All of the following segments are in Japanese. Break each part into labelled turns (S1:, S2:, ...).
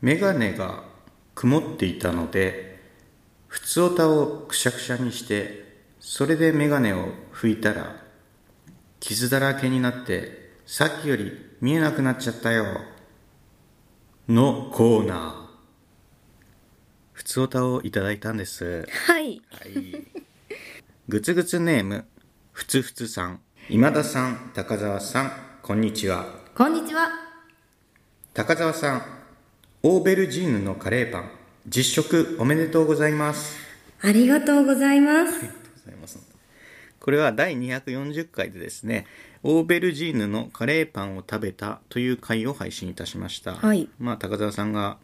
S1: メガネが曇っていたので、普通オタをくしゃくしゃにして、それでメガネを拭いたら、傷だらけになって、さっきより見えなくなっちゃったよ。のコーナー。普通オタをいただいたんです。
S2: はい
S1: はい。ぐつぐつネーム、ふつふつさん。今田さん、高澤さん、こんにちは。
S2: こんにちは
S1: 高澤さん、オーベルジーヌのカレーパン、実食おめでとうございます。
S2: ありがとうございます
S1: ありがとうございます。これは第240回でですね、オーベルジーヌのカレーパンを食べたという回を配信いたしました。
S2: はい
S1: まあ、高澤さんが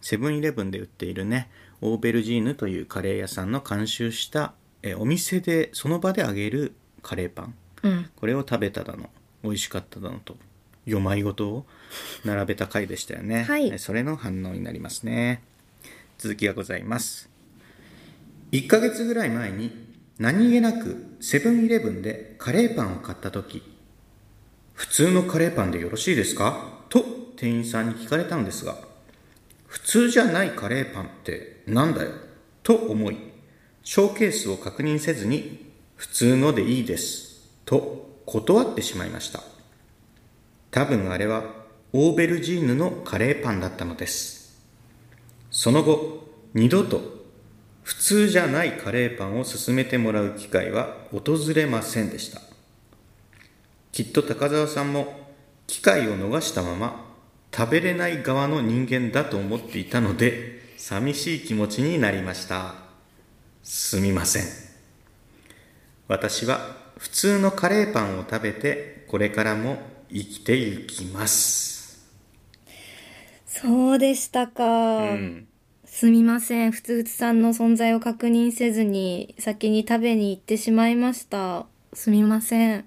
S1: セブンイレブンで売っているね、オーベルジーヌというカレー屋さんの監修したえお店でその場で揚げるカレーパン。
S2: うん
S1: これを食べただの美味しかっただのと4枚ごとを並べた回でしたよね、
S2: はい
S1: えそれの反応になりますね続きがございます1ヶ月ぐらい前に何気なくセブンイレブンでカレーパンを買った時普通のカレーパンでよろしいですかと店員さんに聞かれたんですが普通じゃないカレーパンってなんだよと思いショーケースを確認せずに普通のでいいですと断ってしまいました多分あれはオーベルジーヌのカレーパンだったのですその後二度と普通じゃないカレーパンを勧めてもらう機会は訪れませんでしたきっと高澤さんも機会を逃したまま食べれない側の人間だと思っていたので寂しい気持ちになりましたすみません私は普通のカレーパンを食べてこれからも生きていきます
S2: そうでしたか、
S1: うん
S2: すみませんふつふつさんの存在を確認せずに先に食べに行ってしまいましたすみません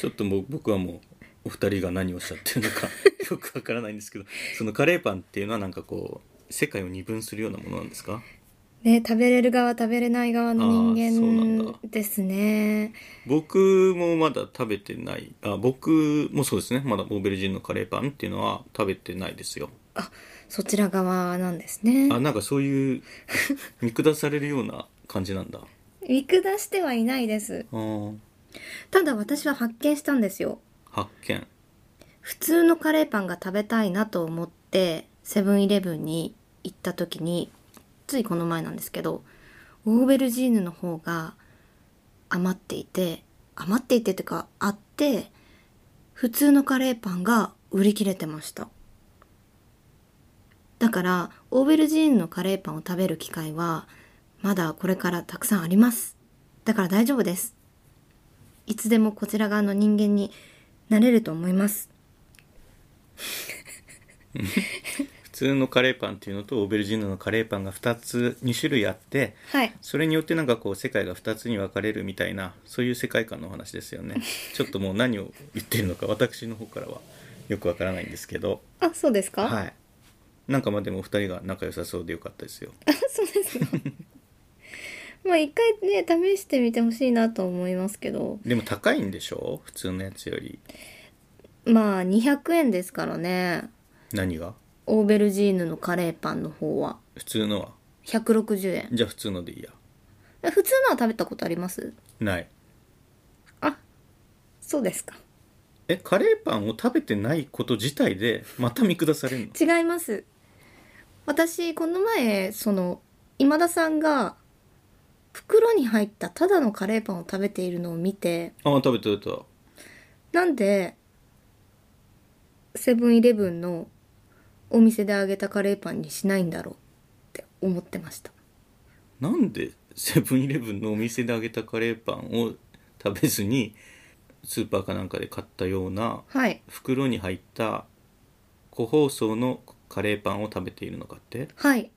S3: ちょっともう僕はもうお二人が何をおっしゃってるのか よくわからないんですけどそのカレーパンっていうのはなんかこう世界を二分するようなものなんですか
S2: ね食べれる側食べれない側の
S3: あーそうなん
S2: 人間
S3: だ
S2: ですね
S3: 僕もまだ食べてないあ僕もそうですねまだオーベルジーヌのカレーパンっていうのは食べてないですよ
S2: そちら側なんですね
S3: あなんかそういう見下されるような感じなんだ
S2: 見下してはいないです
S3: あー
S2: ただ私は発見したんですよ
S3: 発見
S2: 普通のカレーパンが食べたいなと思ってセブンイレブンに行った時についこの前なんですけどオーベルジーヌの方が余っていて余っていてっていうかあって普通のカレーパンが売り切れてましただからオーベルジーヌのカレーパンを食べる機会はまだこれからたくさんありますだから大丈夫ですいつでもこちら側の人間になれると思います
S3: 普通のカレーパンっていうのとオーベルジーヌのカレーパンが2つ2種類あって
S2: はい
S3: それによってなんかこう世界が2つに分かれるみたいなそういう世界観のお話ですよねちょっともう何を言ってるのか私の方からはよくわからないんですけど
S2: あ、そうですか。
S3: はいなんかまあでもお二人が仲良さそうでよかったですよ
S2: あ、 そうですか。まあ一回ね試してみてほしいなと思いますけど、
S3: でも高いんでしょ普通のやつより
S2: まあ200円ですからね。
S3: 何が
S2: オーベルジーヌのカレーパンの方は
S3: 普通のは
S2: 160円。
S3: じゃあ普通のでいいや
S2: え普通のは食べたことあります？
S3: ない
S2: あ、そうですか。
S3: えカレーパンを食べてないこと自体でまた見下されるの
S2: 違います。私この前その今田さんが袋に入ったただのカレーパンを食べているのを見て、
S3: ああ食べた食べた
S2: なんでセブンイレブンのお店で揚げたカレーパンにしないんだろうって思ってました
S3: なんでセブンイレブンのお店で揚げたカレーパンを食べずにスーパーかなんかで買ったような
S2: はい
S3: 袋に入った個包装のカレーパンを食べているのかって
S2: はい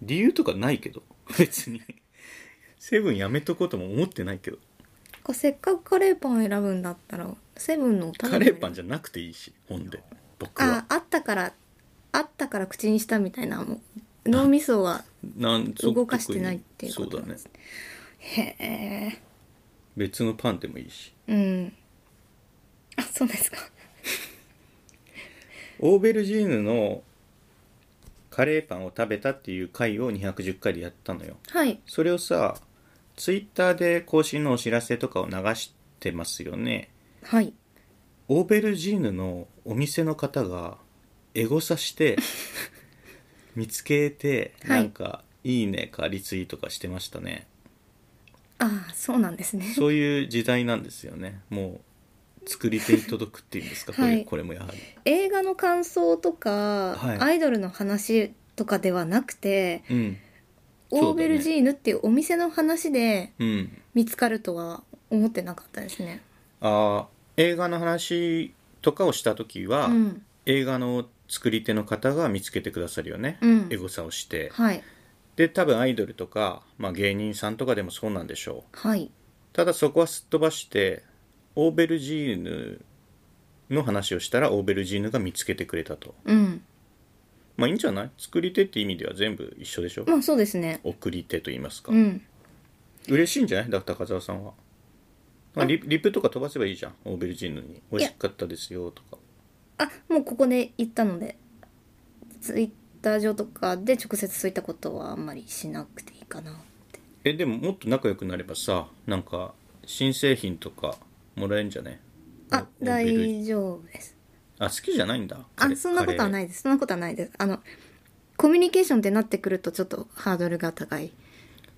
S3: 理由とかないけど別にセブンやめとこうとも思ってないけど
S2: こうせっかくカレーパンを選ぶんだったらセブンのを食べ
S3: カレ
S2: ればいい
S3: ーパンじゃなくていいしほんで僕
S2: あ
S3: は
S2: あったからあったから口にしたみたいなもう脳みそは
S3: なんそ
S2: 動かしてないっていうこ
S3: そう
S2: と
S3: だ
S2: なんで
S3: ね
S2: すへえ
S3: 別のパンでもいいし
S2: うんあそうですか
S1: オーベルジーヌのカレーパンを食べたっていう回を210回でやったのよ
S2: はい
S1: それをさツイッターで更新のお知らせとかを流してますよね
S2: はい
S1: オーベルジーヌのお店の方がエゴサして 見つけて
S2: はい
S1: なんか「いいね」かリツイートかしてましたね
S2: ああそうなんですね
S1: そういう時代なんですよねもう作り手に届くっていうんですか、これ
S2: はい
S1: これもやはり
S2: 映画の感想とか、
S1: はい
S2: アイドルの話とかではなくて、
S1: うんそうだね
S2: オーベルジーヌっていうお店の話で
S1: うん
S2: 見つかるとは思ってなかったですね。
S1: あー映画の話とかをした時は、
S2: うん、
S1: 映画の作り手の方が見つけてくださるよね、
S2: うん
S1: エゴサをして
S2: はい
S1: で多分アイドルとか、まあ、芸人さんとかでもそうなんでしょう
S2: はい
S1: ただそこはすっ飛ばしてオーベルジーヌの話をしたらオーベルジーヌが見つけてくれたと
S2: うん
S1: まあいいんじゃない作り手って意味では全部一緒でしょ、
S2: まあそうですね。
S1: 送り手と言いますか、
S2: うん
S1: 嬉しいんじゃないだから高澤さんはまあリリプとか飛ばせばいいじゃんオーベルジーヌに美味しかったですよとか
S2: あもうここで言ったのでツイッター上とかで直接そういったことはあんまりしなくていいかなって
S1: えでももっと仲良くなればさなんか新製品とかもらえるんじゃね
S2: あ
S1: オーベルジ
S2: 大丈夫です
S1: あ好きじゃないんだ
S2: あそんなことはないいですそんなことはないですあのコミュニケーションってなってくるとちょっとハードルが高い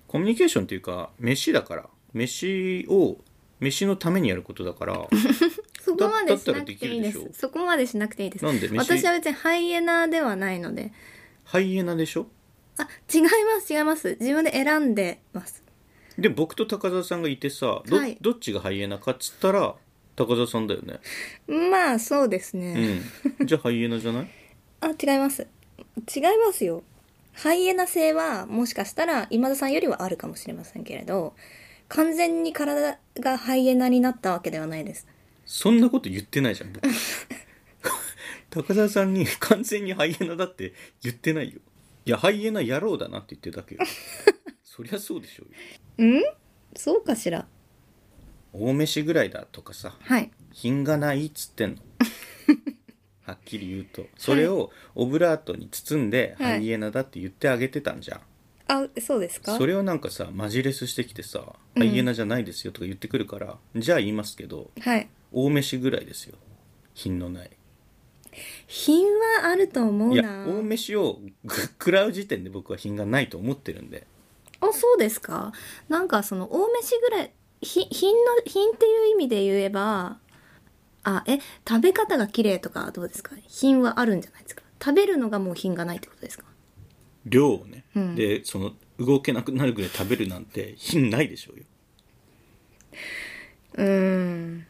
S1: コミュニケーションっていうか飯だから飯を飯のためにやることだから
S2: そこ
S1: だ
S2: まで
S1: だっ
S2: した
S1: ら
S2: なくていい
S1: で
S2: で
S1: き
S2: す
S1: るでしょ
S2: そこまでしなくていいです
S1: なんで飯
S2: 私は別にハイエナではないので
S1: ハイエナでしょ
S2: あ違います違います自分で選んでます
S1: で僕と高澤さんがいてさど,、
S2: はい
S1: どっちがハイエナかっつったら高澤さんだよね
S2: まあそうですね、
S1: うんじゃあハイエナじゃない
S2: あ、違います。違いますよ。ハイエナ性は、もしかしたら、今田さんよりはあるかもしれませんけれど、完全に体がハイエナになったわけではないです。
S1: そんなこと言ってないじゃん 僕高澤さんに完全にハイエナだって言ってないよいやハイエナ野郎だなって言ってるだ けよそりゃそうでしょうよ
S2: そうかしら。
S1: 大飯ぐらいだとかさ
S2: はい。
S1: 品がないっつってん のはっきり言うとそれをオブラートに包んで、
S2: はい
S1: ハイエナだって言ってあげてたんじゃん
S2: あ、そうですか
S1: それをなんかさマジレスしてきてさ、ハイエナじゃないですよとか言ってくるからじゃあ言いますけど
S2: はい。
S1: 大飯ぐらいですよ品のない
S2: 品はあると思
S1: いうや
S2: な。
S1: 大飯を ぐ食らう時点で僕は品がないと思ってるんで
S2: あ、そうですかなんかその、大飯ぐらい、ひ品の、品っていう意味で言えば、あ、え、食べ方が綺麗とかどうですか品はあるんじゃないですか食べるのがもう品がないってことですか
S1: 量をね、
S2: うん
S1: でその動けなくなるぐらい食べるなんて品ないでしょうよ
S2: うーん。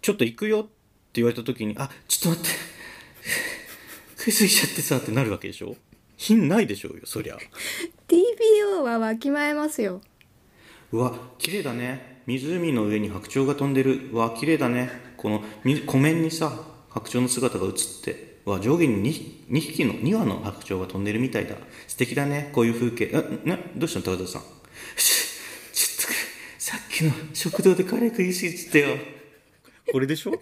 S1: ちょっと行くよって言われた時に、あ、ちょっと待って。 食いすぎちゃってさってなるわけでしょ品ないでしょうよ、そりゃ。
S2: TPO はわきまえますよ。
S1: うわ、綺麗だね。湖の上に白鳥が飛んでる。うわ、綺麗だね。このみ湖面にさ、白鳥の姿が映って。うわ、上下に 2, 2匹の、2羽の白鳥が飛んでるみたいだ。素敵だね。こういう風景。あ、な、どうしたの高田さん。ちょっと、さっきの食堂でカレー食いすぎちゃったよ。これでしょ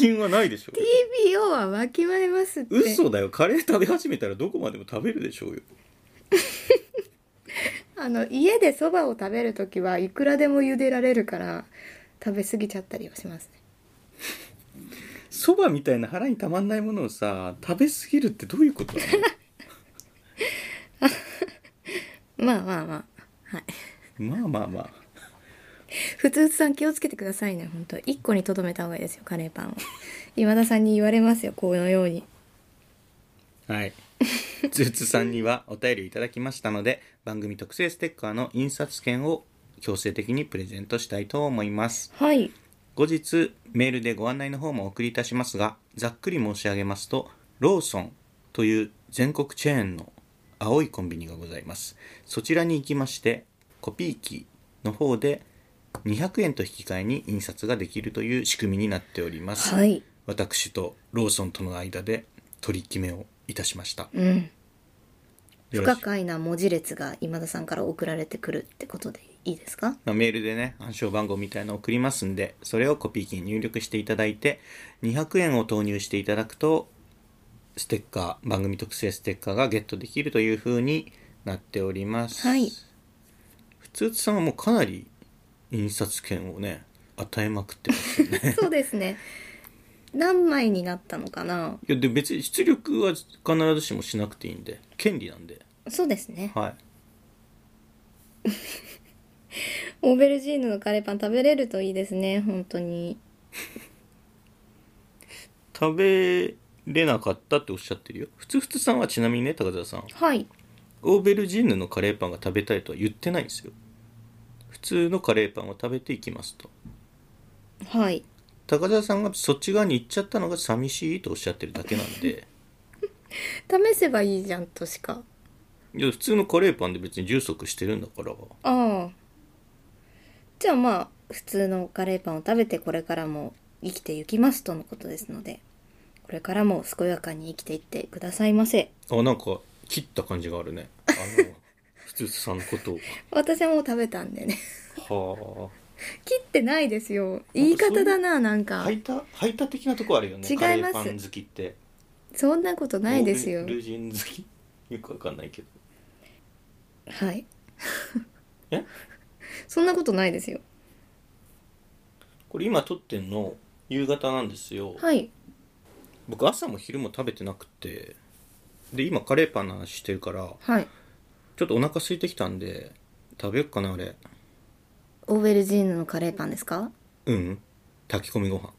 S1: 品はないでしょ
S2: TPO はわきまえますって。
S1: 嘘だよカレー食べ始めたらどこまでも食べるでしょうよ
S2: あの、家でそばを食べるときはいくらでも茹でられるから、食べ過ぎちゃったりはしますね。
S1: そばみたいな腹にたまんないものをさ食べ過ぎるってどういうことな
S2: まあまあまあ。はい。
S1: のまあまあまあ
S2: ふつふつさん気をつけてくださいね、本当一個にとどめた方がいいですよ、カレーパンを。 今田さんに言われますよ、このように。
S1: はい。つーつさんにはお便りをいただきましたので、番組特製ステッカーの印刷券を強制的にプレゼントしたいと思います。
S2: はい。
S1: 後日、メールでご案内の方もお送りいたしますが、ざっくり申し上げますと、ローソンという全国チェーンの青いコンビニがございます。そちらに行きまして、コピー機の方で200円と引き換えに印刷ができるという仕組みになっております。
S2: はい。
S1: 私とローソンとの間で取り決めをいたしました。
S2: うん。
S1: よろ
S2: 不可
S1: し
S2: 解な文字列が今田さんから送られてくるってことでいいです か
S1: まあメールでね、暗証番号みたいの送りますんで、それをコピー機に入力していただいて、200円を投入していただくと、ステッカー、番組特製ステッカーがゲットできるという風になっております。
S2: はい。
S1: 普通さんはもうかなり印刷券をね、与えまくってますよね。
S2: そうですね何枚になったのかない
S1: や、で別に出力は必ずしもしなくていいんで、権利なんで。
S2: そうですね
S1: はい。
S2: オーベルジーヌのカレーパン食べれるといいですね本当に
S1: 食べれなかったっておっしゃってるよ。ふつふつさんはちなみにね、高田さん。
S2: はい
S1: オーベルジーヌのカレーパンが食べたいとは言ってないんですよ普通のカレーパンを食べていきますと
S2: はい
S1: 高田さんがそっち側に行っちゃったのが寂しいとおっしゃってるだけなん で
S2: 試せばいいじゃんとしか
S1: いや普通のカレーパンで別に充足してるんだから
S2: ああじゃあまあ普通のカレーパンを食べてこれからも生きてゆきますとのことですのでこれからも健やかに生きていってくださいませ
S1: あなんか切った感じがあるねあの普通さんのこと
S2: 私はもう食べたんでね
S1: をは
S2: 切ってないですよ言い方だななんか、
S1: あ排他排他的なとこあるよね
S2: 違います
S1: カレーパン好きって
S2: そんなことないです
S1: オ
S2: よ
S1: ーベルジーヌ好きよくわかんないけど
S2: はい
S1: え
S2: そんなことないですよ
S1: これ今撮ってんの夕方なんですよ
S2: はい
S1: 僕朝も昼も食べてなくてで今カレーパンの話してるから
S2: はい
S1: ちょっとお腹空いてきたんで食べよっかなあれ
S2: オーベルジーヌのカレーパンですか
S1: うん炊き込みご飯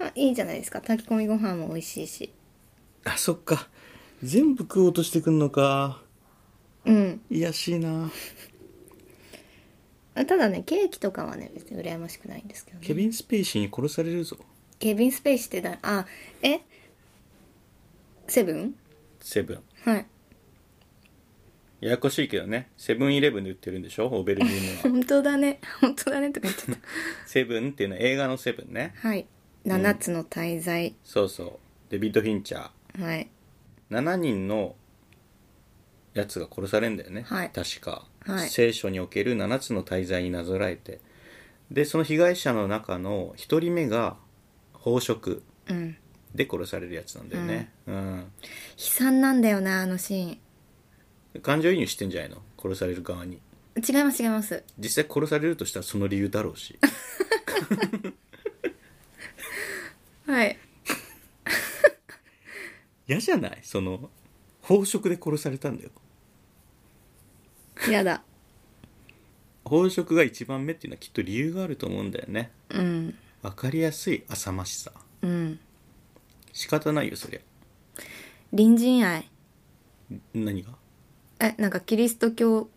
S2: あいいじゃないですか炊き込みご飯も美味しいし
S1: あそっか全部食おうとしてくんのか
S2: うん
S1: いやしいな
S2: あただねケーキとかはね別に羨ましくないんですけどね
S1: ケビン・スペイシーに殺されるぞ
S2: ケビン・スペイシーってだあえセブン
S1: セブン
S2: はい
S1: ややこしいけどねセブンイレブンで売ってるんでしょオーベルジー ヌは
S2: 本当だね本当だねとか言っちゃっ
S1: セブンっていうのは映画のセブンね
S2: た はい7つの大罪、
S1: そうそうデビッド・フィンチャー
S2: はい
S1: 7人のやつが殺されんだよね、
S2: はい
S1: 確か、
S2: はい
S1: 聖書における7つの大罪になぞらえてでその被害者の中の1人目が飽食
S2: うん
S1: で殺されるやつなんだよね、うん
S2: 悲惨なんだよなあのシ
S1: 感情移入してんじゃないの殺される側に
S2: ーン違います違います
S1: 実際殺されるとしたらその理由だろう し
S2: はい
S1: 嫌じゃないその飽食で殺されたんだよ
S2: やだ
S1: 飽食が1番目っていうのはきっと理由があると思うんだよね
S2: うん
S1: 分かりやすい浅ましさ
S2: うん
S1: 仕方ないよそりゃ
S2: 隣人愛
S1: 何が
S2: えなんかキリスト教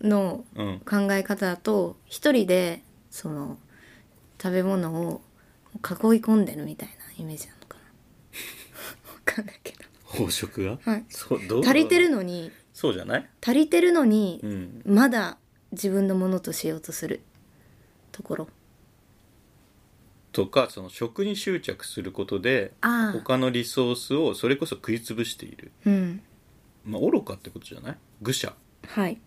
S2: の
S1: うん
S2: 考え方だと一人でその食べ物を囲い込んでるみたいなイメージなのかな わかんないけ
S1: 飽食が
S2: ど、はい、
S1: そうどう
S2: 足りてるのに
S1: そうじゃない
S2: 足りてるのに、
S1: うん
S2: まだ自分のものとしようとするところ
S1: とかその食に執着することで
S2: ああ
S1: 他のリソースをそれこそ食い潰している
S2: うん
S1: まあ愚かってことじゃない愚者
S2: はい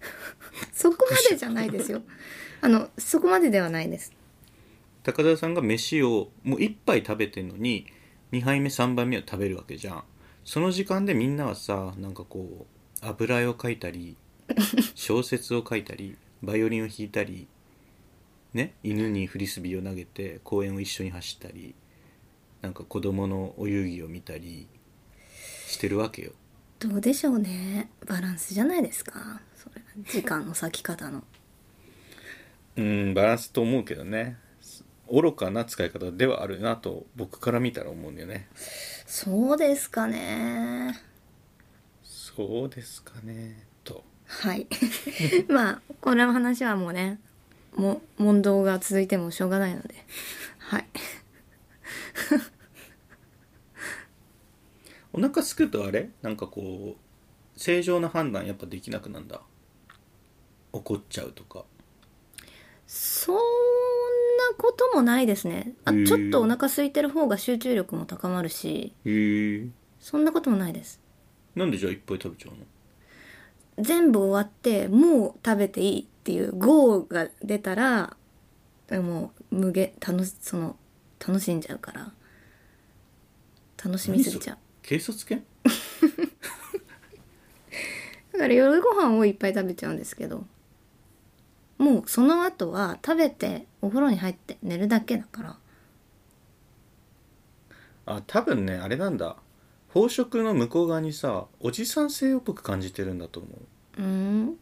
S2: そこまでじゃないですよあのそこまでではないです
S1: 高田さんが飯をもう1杯食べてんのに2杯目3杯目を食べるわけじゃんその時間でみんなはさなんかこう油絵を描いたり小説を書いたりバイオリンを弾いたりね犬にフリスビーを投げて公園を一緒に走ったりなんか子供のお遊戯を見たりしてるわけよ
S2: どうでしょうねバランスじゃないですかそれ時間の割き方の
S1: うんバランスと思うけどね愚かな使い方ではあるなと僕から見たら思うんだよね
S2: そうですかね
S1: そうですかねと
S2: はい まあこれの話はもうねも問答が続いてもしょうがないのではい
S1: お腹すくとあれなんかこう正常な判断やっぱできなくなんだ怒っちゃうとか
S2: そんなこともないですねあ
S1: へー
S2: ちょっとお腹空いてる方が集中力も高まるし
S1: へえ
S2: そんなこともないです
S1: なんでじゃあいっぱい食べちゃうの
S2: 全部終わってもう食べていいっていう「GO」が出たらもう無限楽しその楽しんじゃうから楽しみすぎちゃう
S1: 警察犬
S2: だから夜ご飯をいっぱい食べちゃうんですけどもうその後は食べてお風呂に入って寝るだけだから
S1: あ多分ねあれなんだ飽食の向こう側にさおじさん性をっぽく感じてるんだと思う
S2: うーん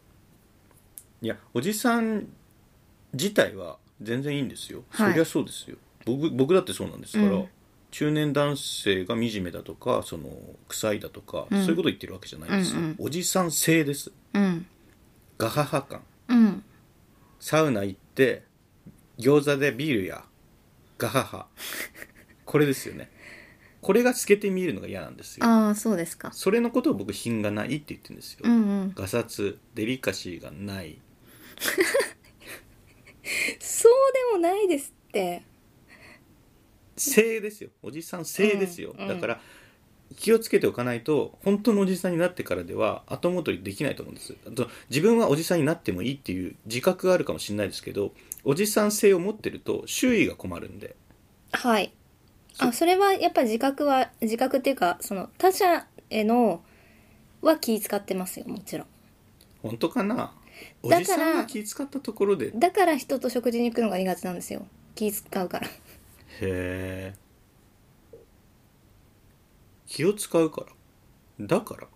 S1: いやおじさん自体は全然いいんですよ、
S2: はい
S1: そりゃそうですよ僕僕だってそうなんですから、
S2: うん
S1: 中年男性が惨めだとかその臭いだとか、
S2: うん
S1: そういうこと言ってるわけじゃないですよ、
S2: うんうん
S1: おじさん性です
S2: うん
S1: ガハハ感
S2: うん
S1: サウナ行って餃子でビールやガハハこれですよねこれが透けて見えるのが嫌なんですよ
S2: ああそうですか
S1: それのことを僕品がないって言ってるんですよ、
S2: うんうん
S1: ガサツデリカシーがない
S2: そうでもないですって
S1: 性ですよおじさん性ですよ、
S2: うんうん
S1: だから気をつけておかないと本当のおじさんになってからでは後戻りできないと思うんですあと自分はおじさんになってもいいっていう自覚があるかもしれないですけどおじさん性を持ってると周囲が困るんで
S2: はいあそれはやっぱり自覚は自覚っていうかその他者へのは気使ってますよもちろん
S1: 本当かなお
S2: だから
S1: じさんが気使ったところでへ
S2: だから人と食事に行くのが苦手なんですよ気使うから
S1: え気を使うからだから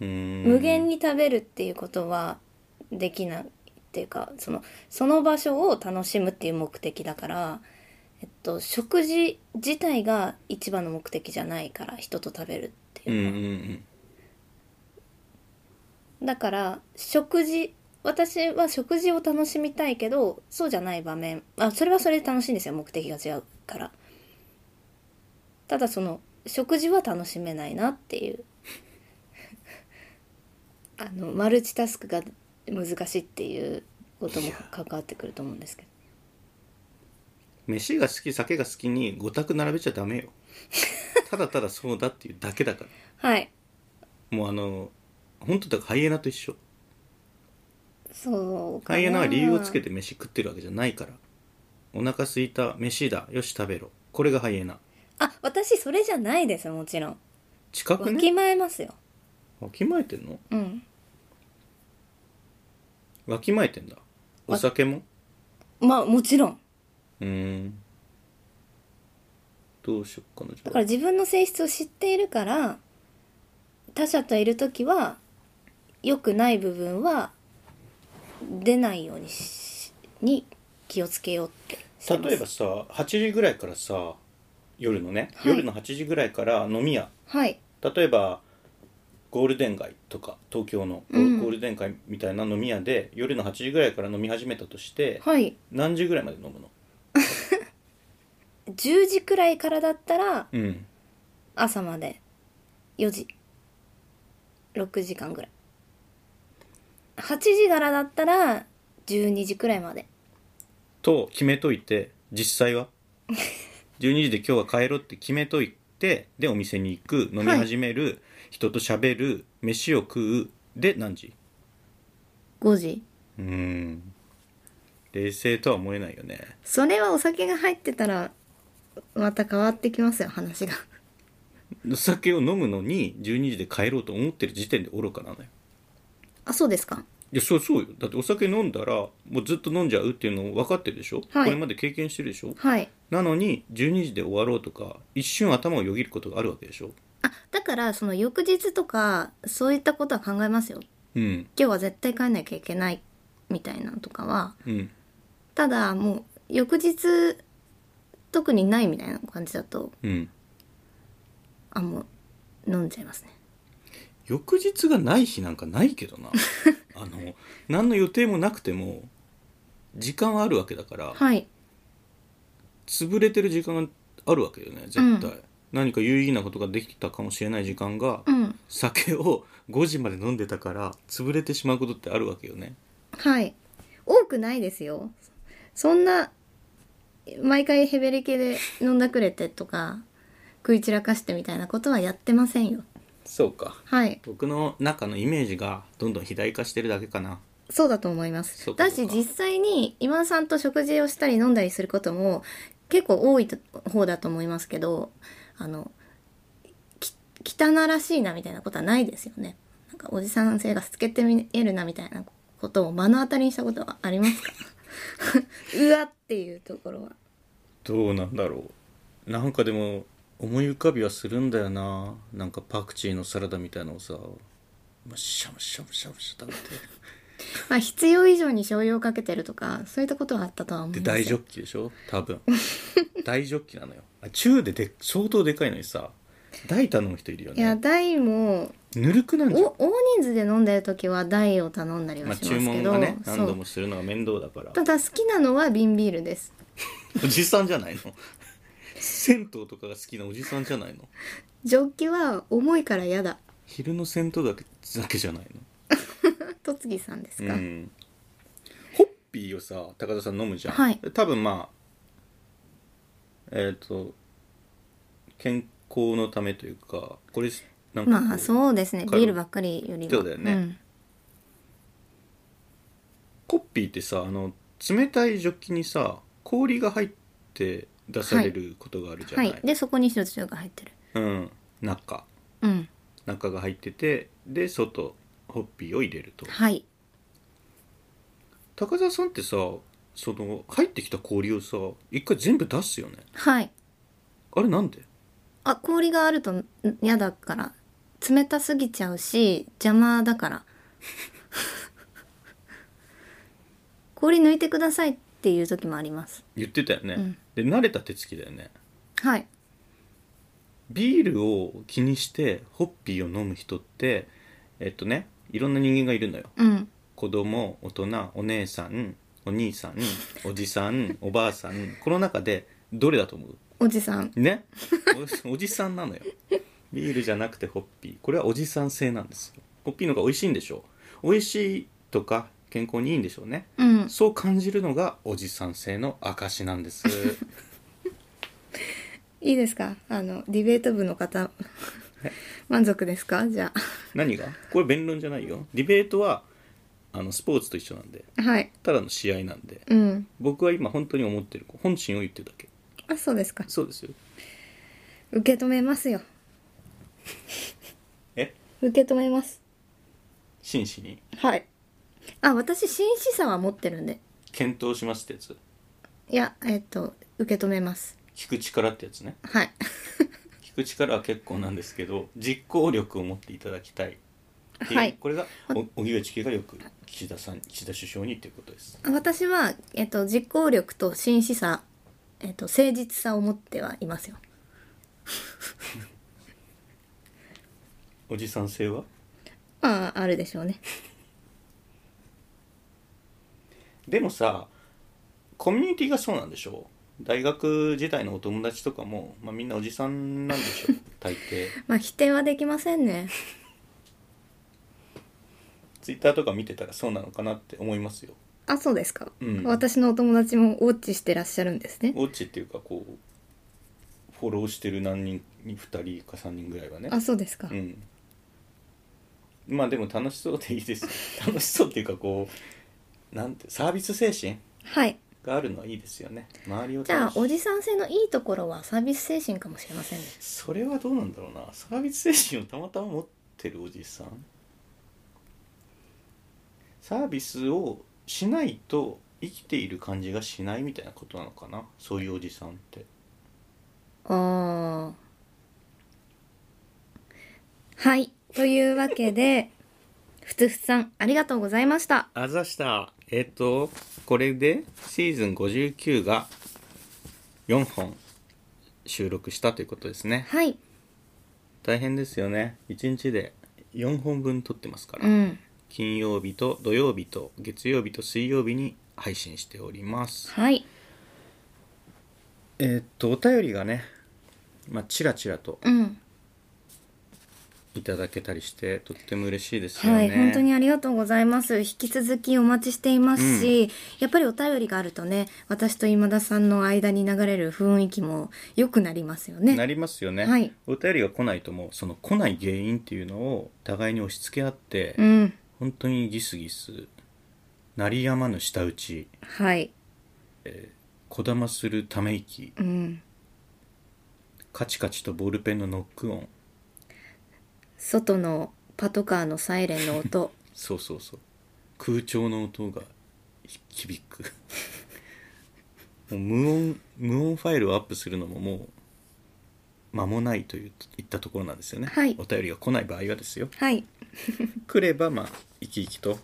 S1: うーん
S2: 無限に食べるっていうことはできないっていうかそのその場所を楽しむっていう目的だから、えっと、食事自体が一番の目的じゃないから人と食べるって
S1: うん
S2: いううの
S1: ん
S2: は、
S1: うん
S2: だから食事私は食事を楽しみたいけどそうじゃない場面あそれはそれで楽しいんですよ目的が違うからただその食事は楽しめないなっていう あのマルチタスクが難しいっていうことも関わってくると思うんですけど
S1: 飯が好き酒が好きに五択並べちゃダメ よただただそうだっていうだけだか
S2: はい
S1: らもうあの本当だからハイエナと一緒
S2: そうか
S1: ハイエナは理由をつけて飯食ってるわけじゃないからお腹すいた飯だよし食べろこれがハイエナ
S2: あ私それじゃないですもちろん
S1: 近
S2: わ
S1: くね
S2: きまえますよ
S1: わきまえてんの
S2: うん
S1: わきまえてんだお
S2: わ
S1: 酒も
S2: まあもちろん
S1: うーんどうしよっかなじ
S2: だ
S1: ゃ
S2: か
S1: あ
S2: ら自分の性質を知っているから他者といる時は良くない部分は出ないようにしに気をつけようってしてます
S1: 例えばさ8時ぐらいからさ夜のね、
S2: はい
S1: 夜の8時ぐらいから飲み屋
S2: はい
S1: 例えばゴールデン街とか東京のゴ,、
S2: うん
S1: ゴールデン街みたいな飲み屋で夜の8時ぐらいから飲み始めたとして、
S2: はい
S1: 何時ぐらいまで飲むの
S2: 10時くらいからだったら
S1: うん
S2: 朝まで4時6時間ぐらい8時からだったら12時くらいまで
S1: と決めといて実際 は12時で今日は帰ろうって決めといてでお店に行く飲み始める、人と喋る飯を食うで何時
S2: 5時
S1: うーん冷静とは思えないよね
S2: それはお酒が入ってたらまた変わってきますよ話が
S1: お酒を飲むのに12時で帰ろうと思ってる時点で愚かなのよ
S2: あそうですか
S1: いやそうそうよだってお酒飲んだらもうずっと飲んじゃうっていうの分かってるでしょ、
S2: はい
S1: これまで経験してるでしょ
S2: はい
S1: なのに12時で終わろうとか一瞬頭をよぎることがあるわけでしょ
S2: あだからその翌日とかそういったことは考えますよ
S1: うん
S2: 今日は絶対帰んなきゃいけないみたいなのとかは
S1: うん
S2: ただもう翌日特にないみたいな感じだと
S1: うん
S2: あもう飲んじゃいますね
S1: 翌日がない日なんかないけど なあの何の予定もなくても時間はあるわけだから、
S2: はい
S1: 潰れてる時間があるわけよね絶対、何か有意義なことができたかもしれない時間が、
S2: うん
S1: 酒を5時まで飲んでたから潰れてしまうことってあるわけよね
S2: はい多くないですよそんな毎回ヘベレケで飲んだくれてとか食い散らかしてみたいなことはやってませんよ
S1: そうか
S2: はい
S1: 僕の中のイメージがどんどん肥大化してるだけかな
S2: そうだと思いま
S1: そ
S2: す
S1: うか
S2: だ
S1: そう
S2: し
S1: か
S2: 実際に今田さんと食事をしたり飲んだりすることも結構多い方だと思いますけどあのき汚らしいなみたいなことはないですよねなんかおじさん性が透けて見えるなみたいなことを目の当たりにしたことはあります かうわっていうところは
S1: どうなんだろうなんかでも思い浮かびはするんだよななんかパクチーのサラダみたいのをさむしゃむしゃむしゃむしゃ食べて
S2: まあ必要以上に醤油をかけてるとかそういったことはあったとは思
S1: で
S2: います
S1: 大ジョッキでしょ多 分大ジョッキなのよあ中でで相当でかいのにさ大頼む人いるよ
S2: いや
S1: ね
S2: 大も
S1: ぬるくなんじゃん
S2: お大人数で飲んでる時は大を頼んだり
S1: ま
S2: は
S1: あ、
S2: しますけ
S1: 注
S2: ど、
S1: 文がね
S2: そう
S1: 何度もするのが面倒だから
S2: ただ好きなのは瓶ビールです
S1: おじさんじゃないの 銭湯とかが好きなおじさんじゃないの
S2: ジョッキは重いから嫌だ
S1: 昼の銭湯だけだけじゃない
S2: とつぎさんです
S1: の
S2: か、
S1: うんホッピーをさ高田さん飲むじゃん、
S2: はい
S1: 多分まあえっ、と健康のためというかこれなんかこう
S2: まあそうですね
S1: カロ
S2: ビールばっかりよりは
S1: そうだよね
S2: ん
S1: コッピーってさあの冷たいジョッキにさ氷が入って出されることがあるじゃ
S2: は
S1: ない、
S2: いでそこに焼酎が入ってる
S1: うん中
S2: うん
S1: 中が入っててで外ホッピーを入れると
S2: はい
S1: 高田さんってさその入ってきた氷をさ一回全部出すよね
S2: はい
S1: あれなんで
S2: あ氷があるとん嫌だから冷たすぎちゃうし邪魔だから 氷抜いてくださいっていう時もあります
S1: 言ってたよね、
S2: うん
S1: で慣れた手つきだよね
S2: はい
S1: ビールを気にしてホッピーを飲む人ってえっとねいろんな人間がいるのよ
S2: うん
S1: 子供大人お姉さんお兄さんおじさ んおばあさんこの中でどれだと思う
S2: おじさん
S1: ねおおじさんなのよビールじゃなくてホッピーこれはおじさん性なんですよホッピーの方が美味しいんでしょう美味しいとか健康にいいんでしょうね
S2: うん
S1: そう感じるのがおじさん性の証なんです
S2: いいですかあのディベート部の方満足ですかじゃ
S1: 何がこれ弁論じゃないよディベートはあのスポーツと一緒なんで
S2: あはい
S1: ただの試合なんで
S2: うん
S1: 僕は今本当に思ってる本心を言ってるだけ
S2: あそうですか
S1: そうですよ
S2: 受け止めますよ
S1: え
S2: 受け止めます
S1: 真摯に
S2: はいあ私紳士さは持ってるんで
S1: 検討しますってやつ
S2: いやえっと受け止めます
S1: 聞く力ってやつね
S2: はい
S1: 聞く力は結構なんですけど実行力を持っていただきたいってう
S2: はい
S1: これがお荻上チキがよく岸田さん岸田首相にっていうことです
S2: 私は、えっと、実行力と紳士さ、えっと、誠実さを持ってはいますよ
S1: おじさん性は
S2: まああるでしょうね
S1: でもさコミュニティがそうなんでしょう大学時代のお友達とかも、まあ、みんなおじさんなんで しょう大抵
S2: まあ否定はできませんね
S1: ツイッターとか見てたらそうなのかなって思いますよ
S2: あそうですか、
S1: うん
S2: 私のお友達もウォッチしてらっしゃるんですね
S1: ウォッチっていうかこうフォローしてる何人に2人か3人ぐらいはね
S2: あそうですか、
S1: うんまあでも楽しそうでいいですよ 楽しそうっていうかこうなんてサービス精神
S2: はい
S1: があるのはいいですよね周りを
S2: じゃあ
S1: 楽し
S2: おじさん性のいいところはサービス精神かもしれませんね
S1: それはどうなんだろうなサービス精神をたまたま持ってるおじさんサービスをしないと生きている感じがしないみたいなことなのかなそういうおじさんって
S2: ああはいというわけでふつふつさんありがとうございました
S1: あざしたえっ、とこれでシーズン59が4本収録したということですね
S2: はい
S1: 大変ですよね1日で4本分撮ってますから、
S2: うん
S1: 金曜日と土曜日と月曜日と水曜日に配信しております
S2: はい
S1: えーっとお便りがねまあちらちらと
S2: うん
S1: いただけたりしてとっても嬉しいですよね。
S2: はい、本当にありがとうございます。引き続きお待ちしていますし、やっぱりお便りがあるとね、私と今田さんの間に流れる雰囲気も良くなりますよ
S1: な
S2: ね。
S1: りますよね、
S2: はい
S1: お便りが来ないともうその来ない原因っていうのを互いに押し付け合って、
S2: うん、
S1: 本当にギスギス鳴りやまぬ舌打ち
S2: はい、
S1: こだまするため息
S2: うん、
S1: カチカチとボールペンのノック音
S2: 外のパトカーのサイレンの音、
S1: そうそうそう空調の音がひ響く もう無音無音ファイルをアップするのももう間もないといういったところなんですよね、
S2: はい
S1: お便りが来ない場合はですよ
S2: はい、
S1: 来ればまあ生き生きと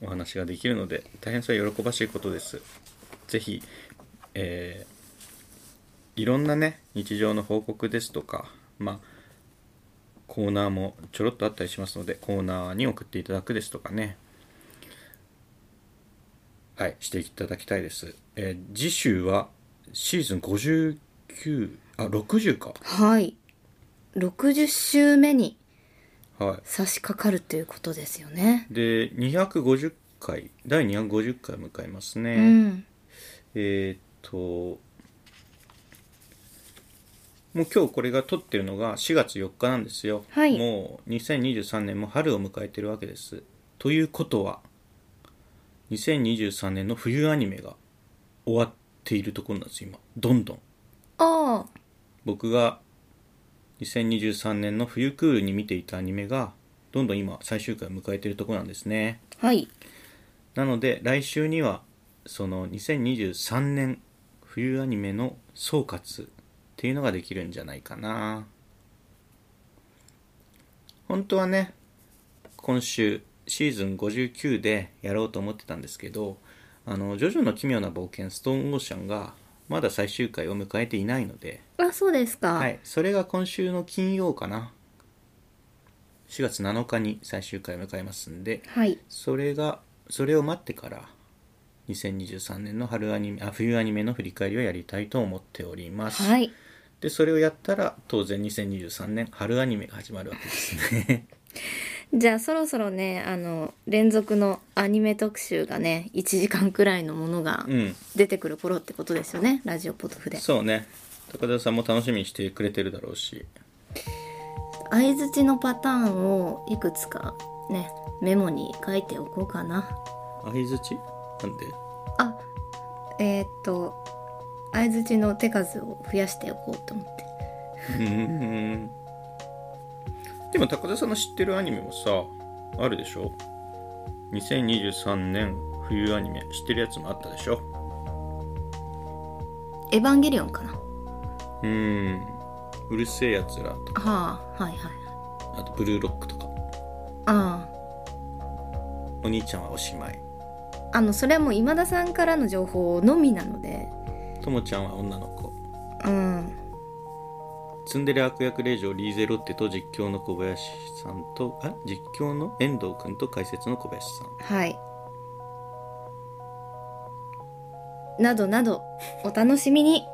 S1: お話ができるので大変それは喜ばしいことですぜひえーいろんなね日常の報告ですとかまあコーナーもちょろっとあったりしますのでコーナーに送っていただくですとかねはいしていただきたいです、えー次週はシーズン59あ60か
S2: はい、60週目に
S1: はい
S2: 差し掛かるということですよね。
S1: で250回第250回迎えますね、
S2: うん、
S1: えーっともう今日これが撮ってるのが4月4日なんですよ、
S2: はい
S1: もう2023年も春を迎えてるわけですということは2023年の冬アニメが終わっているところなんです今どんどん
S2: ああ、
S1: 僕が2023年の冬クールに見ていたアニメがどんどん今最終回を迎えているところなんですね
S2: はい、
S1: なので来週にはその2023年冬アニメの総括っていうのができるんじゃないかな本当はね今週シーズン59でやろうと思ってたんですけどあの「ジョジョの奇妙な冒険ストーンオーシャン」がまだ最終回を迎えていないので、
S2: あ、そうですか。
S1: はい、それが今週の金曜かな4月7日に最終回を迎えますんで
S2: はい、
S1: それがそれを待ってから2023年の春アニメあ冬アニメの振り返りをやりたいと思っております、
S2: はい、
S1: でそれをやったら当然2023年春アニメが始まるわけですね
S2: じゃあそろそろねあの連続のアニメ特集がね1時間くらいのものが
S1: うん
S2: 出てくる頃ってことですよね、ラジオポトフで
S1: そうね高田さんも楽しみにしてくれてるだろうし
S2: 相づちのパターンをいくつかねメモに書いておこうかな
S1: 相づちなんで
S2: あえー、っと相づちの手数を増やしておこうと思って
S1: うんでも高田さんの知ってるアニメもさあるでしょ2023年冬アニメ知ってるやつもあったでしょ
S2: 「エヴァンゲリオン」かな
S1: うーんうるせえやつらとか
S2: はあはいはい
S1: あとブルーロックとか
S2: あ
S1: お兄ちゃんはおしまい
S2: ああのそれはもう今田さんからの情報のみなので
S1: ともちゃんは女の子
S2: うん
S1: ツンデレ悪役令嬢リーゼロッテと実況の小林さんとあ実況の遠藤君と解説の小林さん
S2: はいなどなどお楽しみに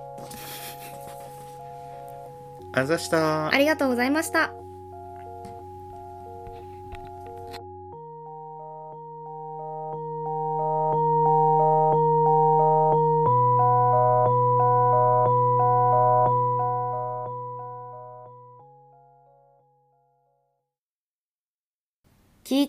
S1: あざした
S2: ありがとうございました聞い